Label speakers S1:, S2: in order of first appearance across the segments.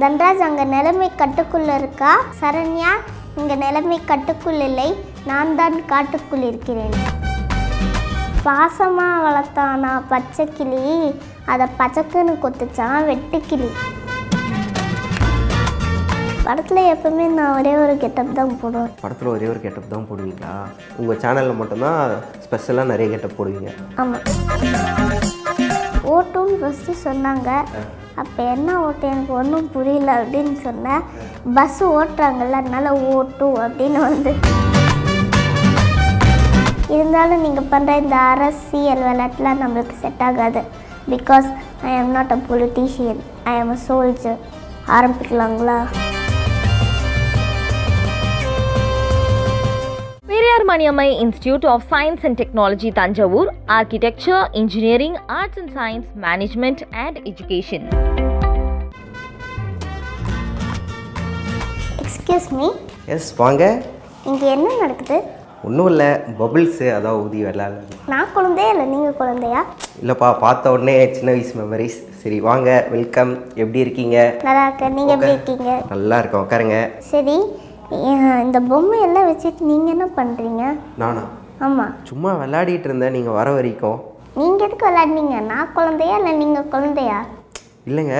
S1: தன்ராஜ் அங்கே நிலைமை கட்டுக்குள்ளே இருக்கா சரண்யா இங்கே நிலைமை கட்டுக்குள் இல்லை நான் தான் காட்டுக்குள் இருக்கிறேன் பாசமாக வளர்த்தானா பச்சை கிளி அதை பச்சைக்குன்னு கொத்துச்சான் வெட்டுக்கிளி படத்தில் எப்பவுமே நான் ஒரே ஒரு கெட்டப் தான் போடுவேன்
S2: படத்தில் ஒரே ஒரு கெட்டப் தான் போடுவீங்களா உங்கள் சேனலில் மட்டும்தான் ஸ்பெஷலாக நிறைய கெட்டப் போடுவீங்க
S1: ஆமாம் ஓட்டுன்னு ஃபஸ்ட்டு சொன்னாங்க அப்போ என்ன ஓட்டு எனக்கு ஒன்றும் புரியல அப்படின்னு சொன்னேன் பஸ் ஓட்டுறாங்கல்ல அதனால ஓட்டு அப்படின்னு வந்து இருந்தாலும் நீங்கள் பண்ணுற இந்த அரசியல் விளையாட்டுலாம் நம்மளுக்கு செட் ஆகாது because I am not a politician I am a soldier ஆரம்பிக்கலாங்களா
S3: Periyar Maniammai institute of science and technology Thanjavur architecture engineering arts and science management and education
S1: excuse me
S2: yes வாங்க
S1: இங்கே என்ன நடக்குது
S2: ஒன்றும் இல்லை பபிள்ஸு அதான் ஊதி விளாட்ல
S1: நான் குழந்தையா இல்லை நீங்கள் குழந்தையா
S2: இல்லைப்பா பார்த்த உடனே சின்ன வயசு மெமரிஸ் சரி வாங்க வெல்கம் எப்படி இருக்கீங்க
S1: நல்லா இருக்கேன் நீங்கள் எப்படி இருக்கீங்க
S2: நல்லா இருக்கோம் உட்காருங்க
S1: சரி அஹ் இந்த பொம்மையெல்லாம் வச்சுட்டு நீங்கள் என்ன பண்ணுறீங்க
S2: நானா
S1: ஆமாம்
S2: சும்மா விளையாடிட்டு இருந்தேன் நீங்கள் வர வரைக்கும்
S1: நீங்கள் எதுக்கு விளாடுனீங்க நான் குழந்தையா இல்லை நீங்கள் குழந்தையா
S2: இல்லைங்க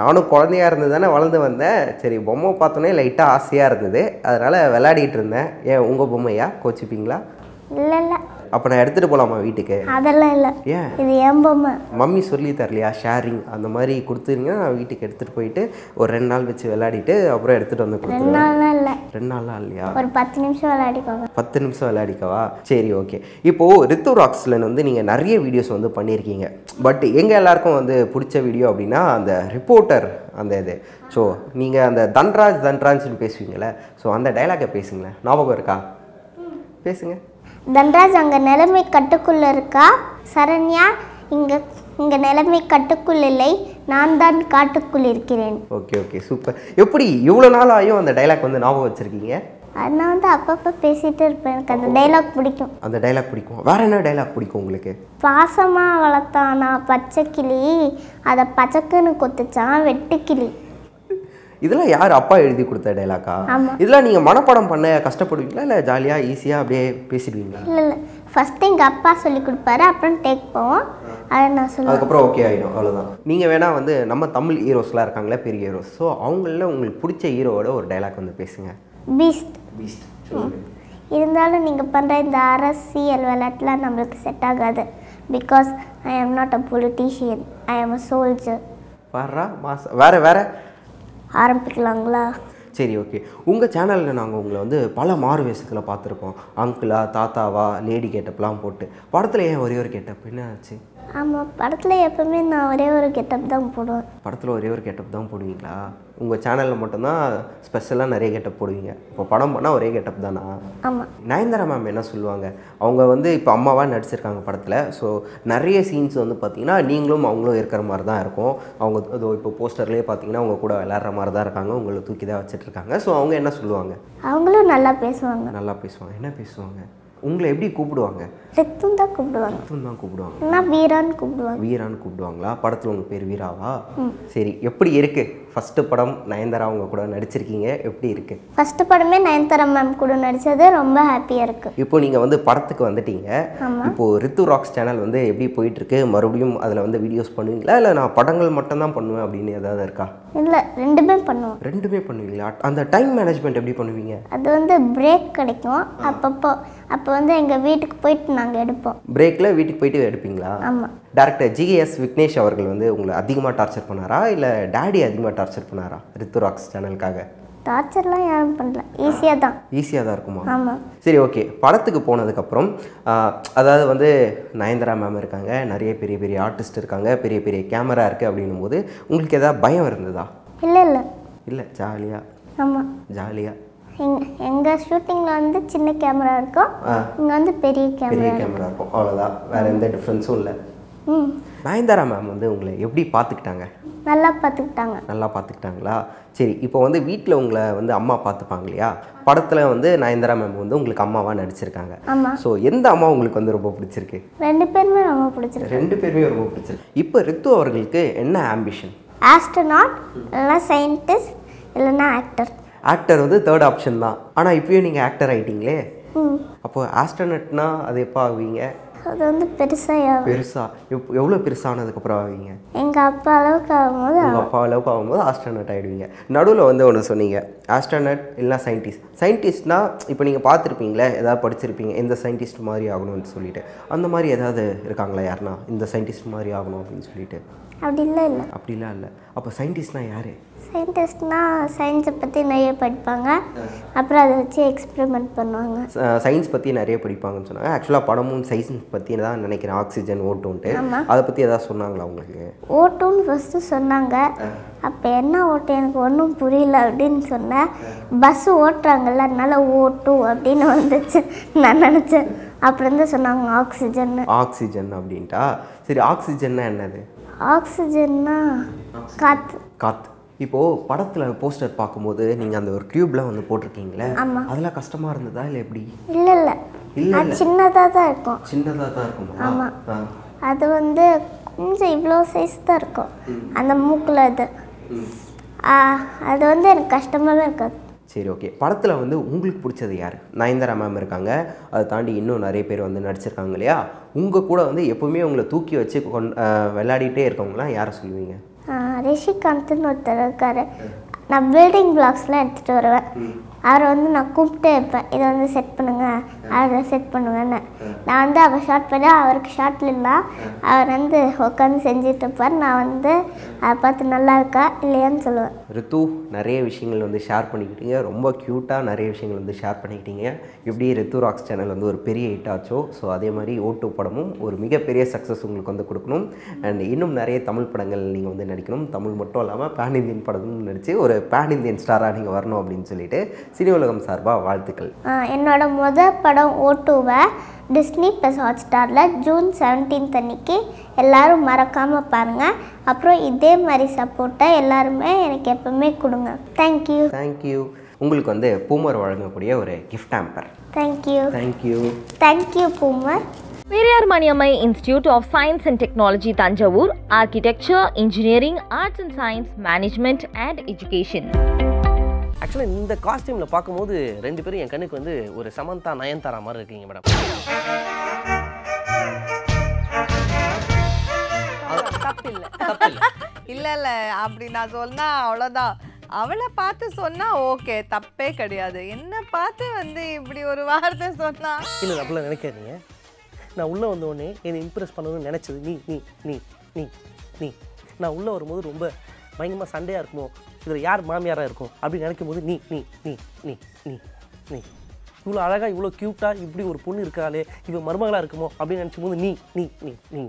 S2: நானும் குழந்தையா இருந்து தானே வளர்ந்து வந்தேன் சரி பொம்மை பார்த்தோன்னே லைட்டாக ஆசையாக இருந்தது அதனால் விளையாடிட்டு இருந்தேன் ஏன் உங்கள் பொம்மையா கோச்சிப்பீங்களா
S1: இல்லை இல்லை
S2: அப்போ நான் எடுத்துகிட்டு போகலாமா வீட்டுக்கு
S1: அதெல்லாம் இல்லை
S2: ஏன்
S1: இது என் பொம்மை
S2: மம்மி சொல்லி தரலையா ஷேரிங் அந்த மாதிரி கொடுத்துருங்கன்னா நான் வீட்டுக்கு எடுத்துகிட்டு போயிட்டு ஒரு ரெண்டு நாள் வச்சு விளையாடிட்டு அப்புறம் எடுத்துகிட்டு வந்து
S1: ரெண்டு
S2: கொடுத்துருவேன்
S1: நாள்லாம் இல்லை
S2: ரெண்டு நாளாக இல்லையா
S1: ஒரு பத்து நிமிஷம் விளையாடிக்கோங்க
S2: பத்து நிமிஷம் விளையாடிக்கவா சரி ஓகே இப்போது ரித்து ராக்ஸ்லன் வந்து நீங்கள் நிறைய வீடியோஸ் வந்து பண்ணியிருக்கீங்க பட் எங்கள் எல்லாருக்கும் வந்து பிடிச்ச வீடியோ அப்படின்னா அந்த ரிப்போர்ட்டர் அந்த இது ஸோ நீங்கள் அந்த தன்ராஜ் தன்ராஜ்னு பேசுவீங்களே ஸோ அந்த டைலாகை பேசுங்களேன் ஞாபகம் இருக்கா பேசுங்க
S1: தன்ராஜ் அங்கே நிலைமை கட்டுக்குள்ளே இருக்கா சரண்யா இங்கே இங்கே நிலைமை கட்டுக்குள் இல்லை நான் தான் காட்டுக்குள் இருக்கிறேன்
S2: ஓகே ஓகே சூப்பர் எப்படி இவ்வளோ நாள் ஆயும் அந்த டைலாக் வந்து ஞாபகம் வச்சுருக்கீங்க
S1: அது நான் வந்து அப்பப்போ பேசிகிட்டு இருப்பேன் எனக்கு அந்த டைலாக் பிடிக்கும்
S2: அந்த டைலாக் பிடிக்கும் வேற என்ன டைலாக் பிடிக்கும் உங்களுக்கு
S1: பாசமாக வளர்த்தானா பச்சை கிளி அதை பச்சைக்குன்னு கொத்துச்சான் வெட்டுக்கிளி
S2: இதெல்லாம் யார் அப்பா எழுதி கொடுத்த டைலாக்கா
S1: ஆமா.
S2: இதெல்லாம் நீங்கள் மனப்பாடம் பண்ண கஷ்டப்படுவீங்களா இல்லை ஜாலியாக ஈஸியாக அப்படியே பேசிடுவீங்களா
S1: இல்லை இல்லை ஃபஸ்ட்டு எங்கள் அப்பா சொல்லி கொடுப்பாரு அப்புறம் டேக் போவோம் அதை நான் சொல்லுவேன்
S2: அதுக்கப்புறம் ஓகே ஆகிடும் அவ்வளோதான் நீங்கள் வேணால் வந்து நம்ம தமிழ் ஹீரோஸ்லாம் இருக்காங்களே பெரிய ஹீரோஸ் ஸோ அவங்களில் உங்களுக்கு பிடிச்ச ஹீரோவோட ஒரு டைலாக் வந்து பேசுங்க Hmm.
S1: பீஸ்ட்
S2: பீஸ்ட்
S1: இருந்தாலும் நீங்கள் பண்ணுற இந்த அரசியல் விளையாட்டுலாம் நம்மளுக்கு செட் ஆகாது because I am not a politician I am a soldier
S2: வர்றா மாசம் வேற வேற
S1: ஆரம்பிக்கலாங்களா
S2: சரி ஓகே உங்கள் சேனலில் நாங்கள் உங்களை வந்து பல மாறு வேஷத்தில் பார்த்துருப்போம் அங்கிளா தாத்தாவா லேடி கெட்டப்லாம் போட்டு படத்தில் ஏன் ஒரே ஒரு கெட்டப் என்ன ஆச்சு
S1: ஆமாம் படத்தில் எப்பவுமே நான் ஒரே ஒரு கெட்டப் தான் போடுவேன்
S2: படத்தில் ஒரே ஒரு கெட்டப் தான் போடுவீங்களா உங்கள் சேனலில் மட்டும்தான் ஸ்பெஷலாக நிறைய கெட்டப் போடுவீங்க இப்போ படம் பண்ணால் ஒரே கெட்டப் தானா
S1: ஆமாம்
S2: நயன்தாரா மேம் என்ன சொல்லுவாங்க அவங்க வந்து இப்போ அம்மாவாக நடிச்சிருக்காங்க படத்தில் ஸோ நிறைய சீன்ஸ் வந்து பார்த்தீங்கன்னா நீங்களும் அவங்களும் இருக்கிற மாதிரி தான் இருக்கும் அவங்க அதோ இப்போ போஸ்டர்லேயே பார்த்தீங்கன்னா அவங்க கூட விளையாடுற மாதிரி தான் இருக்காங்க உங்களை தூக்கி தான் வச்சுட்டு இருக்காங்க ஸோ அவங்க என்ன சொல்லுவாங்க
S1: அவங்களும் நல்லா பேசுவாங்க
S2: நல்லா பேசுவாங்க என்ன பேசுவாங்க உங்களை எப்படி கூப்பிடுவாங்க
S1: ரித்தும் தான் கூப்பிடுவாங்க
S2: அர்த்தம் தான் கூப்பிடுவாங்க
S1: இல்லைன்னா வீரான்னு கூப்பிடுவாங்க
S2: வீரான்னு கூப்பிடுவாங்களா படத்தில் உங்கள் பேர் வீராவா சரி எப்படி இருக்கு ஃபஸ்ட்டு படம் நயன்தாரா அவங்க கூட நடிச்சிருக்கீங்க எப்படி இருக்கு
S1: ஃபஸ்ட்டு படமே நயன்தாரா மேம் கூட நடித்தது ரொம்ப ஹாப்பியாக இருக்குது
S2: இப்போ நீங்கள் வந்து படத்துக்கு வந்துட்டீங்க இப்போ ரித்து ராக்ஸ் சேனல் வந்து எப்படி போயிட்டு இருக்கு மறுபடியும் அதில் வந்து வீடியோஸ் பண்ணுவீங்களா இல்லை நான் படங்கள் மட்டும்தான் பண்ணுவேன் அப்படின்னு ஏதாவது இருக்கா
S1: இல்லை ரெண்டுமே பண்ணுவோம்
S2: ரெண்டுமே பண்ணுவீங்களா அந்த டைம் மேனேஜ்மெண்ட் எப்படி பண்ணுவீங்க
S1: அது வந்து பிரேக் கிடைக்கும் அப்பப்போ அப்போ வந்து எங்கள் வீட்டுக்கு போயிட்டு நாங்கள் எடுப்போம்
S2: பிரேக்கில் வீட்டுக்கு போயிட்டு எடுப்பீங்களா
S1: ஆமாம்
S2: டேரக்டர் ஜிஎஸ் விக்னேஷ் அவர்கள் வந்து உங்களை அதிகமாக டார்ச்சர் பண்ணாரா இல்லை டேடி அதிகமாக டார்ச்சர் பண்ணாரா ரித்து ராக்ஸ் சேனலுக்காக
S1: டார்ச்சர்லாம் யாரும் பண்ணல ஈஸியாக தான்
S2: ஈஸியாக தான் இருக்குமா
S1: ஆமாம்
S2: சரி ஓகே படத்துக்கு போனதுக்கப்புறம் அதாவது வந்து நயன்தாரா மேம் இருக்காங்க நிறைய பெரிய பெரிய ஆர்டிஸ்ட் இருக்காங்க பெரிய பெரிய கேமரா இருக்குது அப்படின்னும் போது உங்களுக்கு எதாவது பயம் இருந்ததா
S1: இல்லை இல்லை
S2: இல்லை ஜாலியாக
S1: ஆமாம்
S2: ஜாலியாக
S1: எங் எங்கள் ஷூட்டிங்கில் வந்து சின்ன கேமரா இருக்கும்
S2: ஆ.
S1: இங்கே வந்து பெரிய கேமரா
S2: பெரிய கேமரா இருக்கும் அவ்வளோதான் வேறு எந்த டிஃப்ரென்ஸும் இல்லை
S1: ம்
S2: நயன்தாரா மேம் வந்து உங்களை எப்படி பார்த்துக்கிட்டாங்க
S1: நல்லா பார்த்துக்கிட்டாங்க
S2: நல்லா பார்த்துக்கிட்டாங்களா சரி இப்போ வந்து வீட்டில் உங்களை வந்து அம்மா பார்த்துப்பாங்க இல்லையா படத்தில் வந்து நயன்தாரா மேம் வந்து உங்களுக்கு அம்மாவாக நடிச்சிருக்காங்க
S1: ஆமாம்
S2: ஸோ எந்த அம்மா உங்களுக்கு வந்து ரொம்ப பிடிச்சிருக்கு
S1: ரெண்டு பேருமே ரொம்ப பிடிச்சிருக்கு
S2: ரெண்டு பேருமே ரொம்ப பிடிச்சிருக்கு இப்போ ரித்து அவர்களுக்கு என்ன ஆம்பிஷன்
S1: ஆஸ்ட்ரோனாட் இல்லைன்னா சயின்டிஸ்ட் இல்லைன்னா ஆக்டர்
S2: ஆக்டர் வந்து தேர்ட் ஆப்ஷன் தான் ஆனால் இப்பயும் நீங்கள் ஆக்டர் ஆயிட்டீங்களே
S1: ம்
S2: அப்போ ஆஸ்ட்ரனட்னா அது எப்போ ஆவீங்க
S1: அது வந்து பெருசாக
S2: பெருசா எப் எவ்வளோ பெருசானதுக்கப்புறம் ஆவீங்க
S1: எங்கள் அப்பா அளவுக்கு ஆகும்போது
S2: உங்கள் அப்பா அளவுக்கு ஆகும்போது ஆஸ்ட்ரானட் ஆகிடுவீங்க நடுவில் வந்து ஒன்று சொன்னீங்க ஆஸ்ட்ரானட் இல்லைனா சயின்டிஸ்ட் சயின்டிஸ்ட்னா இப்போ நீங்கள் பார்த்துருப்பீங்களே ஏதாவது படிச்சிருப்பீங்க இந்த சயின்டிஸ்ட் மாதிரி ஆகணும்னு சொல்லிட்டு அந்த மாதிரி ஏதாவது இருக்காங்களா யாருன்னா இந்த சயின்டிஸ்ட் மாதிரி ஆகணும் அப்படின்னு சொல்லிட்டு
S1: அப்படி இல்லை இல்லை
S2: அப்படிலாம் இல்லை அப்போ சயின்டிஸ்ட்னா யார்
S1: சயின்டிஸ்ட்னால் சயின்ஸை பற்றி நிறைய படிப்பாங்க அப்புறம் அதை வச்சு எக்ஸ்பெரிமெண்ட் பண்ணுவாங்க
S2: சயின்ஸ் பற்றி நிறைய படிப்பாங்கன்னு சொன்னாங்க ஆக்சுவலாக படமும் சயின்ஸ் பற்றி தான் நினைக்கிறேன் ஆக்சிஜன் ஓட்டோன்ட்டு அதை பற்றி ஏதாவது சொன்னாங்களா உங்களுக்கு
S1: ஓட்டுன்னு ஃபஸ்ட்டு சொன்னாங்க அப்போ என்ன ஓட்டு எனக்கு ஒன்றும் புரியல அப்படின்னு சொன்னேன் பஸ்ஸு ஓட்டுறாங்கல்ல அதனால ஓட்டு அப்படின்னு வந்துச்சு நான் நினச்சேன் அப்புறம் தான் சொன்னாங்க ஆக்சிஜன்
S2: ஆக்சிஜன் அப்படின்ட்டா சரி ஆக்சிஜன்னா என்னது
S1: ஆக்சிஜன்னா காற்று
S2: காத்து இப்போது படத்தில் போஸ்டர் பார்க்கும்போது நீங்கள் அந்த ஒரு டியூப்லாம் வந்து போட்டிருக்கீங்களே அதெல்லாம் கஷ்டமாக இருந்ததா இல்லை எப்படி
S1: இல்லை இல்லை
S2: இல்லை
S1: அது சின்னதாக தான் இருக்கும்
S2: சின்னதாக தான் இருக்குமா ஆ.
S1: அது வந்து கொஞ்சம் இவ்வளோ சைஸ் தான் இருக்கும் அந்த மூக்கில் இது ஆ, அது வந்து எனக்கு கஷ்டமாகவே இருக்காது
S2: சரி ஓகே படத்தில் வந்து உங்களுக்கு பிடிச்சது யார் நயன்தாரா மேம் இருக்காங்க அதை தாண்டி இன்னும் நிறைய பேர் வந்து நடிச்சிருக்காங்க இல்லையா உங்கள் கூட வந்து எப்பவுமே உங்களை தூக்கி வச்சு கொண் அஹ், விளையாடிட்டே இருக்கவங்களாம் யாரை சொல்லுவீங்க
S1: ஆ, ரிஷிகாந்த்னு ஒருத்தர் இருக்காரு நான் பில்டிங் பிளாக்ஸ்லாம் எடுத்துகிட்டு வருவேன் அவரை வந்து நான் கூப்பிட்டே இருப்பேன் இதை வந்து செட் பண்ணுங்க அவரை செட் பண்ணுங்கன்னு நான் வந்து அவர் ஷார்ட் பண்ணி அவருக்கு ஷார்ட்ல இருந்தால் அவர் வந்து உட்காந்து செஞ்சுட்டு இருப்பார் நான் வந்து அதை பார்த்து நல்லா இருக்கா இல்லையான்னு சொல்லுவேன்
S2: ரித்து நிறைய விஷயங்கள் வந்து ஷேர் பண்ணிக்கிட்டீங்க ரொம்ப க்யூட்டாக நிறைய விஷயங்கள் வந்து ஷேர் பண்ணிக்கிட்டீங்க எப்படி ரித்து ராக்ஸ் சேனல் வந்து ஒரு பெரிய ஹிட் ஆச்சோ ஸோ அதே மாதிரி ஓட்டு படமும் ஒரு மிகப்பெரிய சக்ஸஸ் உங்களுக்கு வந்து கொடுக்கணும் அண்ட் இன்னும் நிறைய தமிழ் படங்கள் நீங்கள் வந்து நடிக்கணும் தமிழ் மட்டும் இல்லாமல் பேன் இந்தியன் படமும் நடித்து ஒரு பேன் இந்தியன் ஸ்டாராக நீங்கள் வரணும் அப்படின்னு சொல்லிட்டு சினி உலகம் சார்பாக வாழ்த்துக்கள்
S1: ஆ, என்னோட முதல் படம் ஓட்டுவை டிஸ்னி ப்ளஸ் ஹாட் ஸ்டாரில் ஜூன் செவன்டீன்த் அன்னைக்கு எல்லாரும் மறக்காமல் பாருங்கள் அப்புறம் இதே மாதிரி சப்போர்ட்டை எல்லாருமே எனக்கு எப்பவுமே கொடுங்க தேங்க்யூ
S2: தேங்க்யூ உங்களுக்கு வந்து பூமர் வழங்கக்கூடிய ஒரு gift Amber
S1: thank you
S2: thank you
S1: thank you boomer
S3: Periyar Maniammai institute of science and technology Thanjavur architecture engineering arts and science management and education
S4: ஆக்சுவலாக இந்த காஸ்டியூமில் பார்க்கும்போது ரெண்டு பேரும் என் கண்ணுக்கு வந்து ஒரு சமந்தா நயன்தாரா மாதிரி இருக்கீங்க மேடம்
S5: தப்பு இல்ல
S4: தப்பில்லை
S5: இல்ல இல்ல அப்படி நான் சொன்னா அவ்வளவுதான் அவளை பார்த்து சொன்னா ஓகே தப்பே கிடையாது என்ன பார்த்து வந்து இப்படி ஒரு வார்த்தை சொன்னா
S4: இல்லை அப்படிலாம் நினைக்காதீங்க நான் உள்ளே வந்தோடனே என்னை இம்ப்ரெஸ் பண்ணணும்னு நினச்சது நீ நீ நீ நீ நீ நான் உள்ளே வரும்போது ரொம்ப பயங்கரமாக சண்டையாக இருக்குமோ இதில் யார் மாமியாராக இருக்கும் அப்படின்னு நினைக்கும் போது நீ நீ நீ நீ நீ நீ இவ்வளோ அழகாக இவ்வளோ க்யூட்டாக இப்படி ஒரு பொண்ணு இருக்காளே இவன் மருமகளாக இருக்குமோ அப்படின்னு நினைக்கும் போது நீ நீ நீ நீ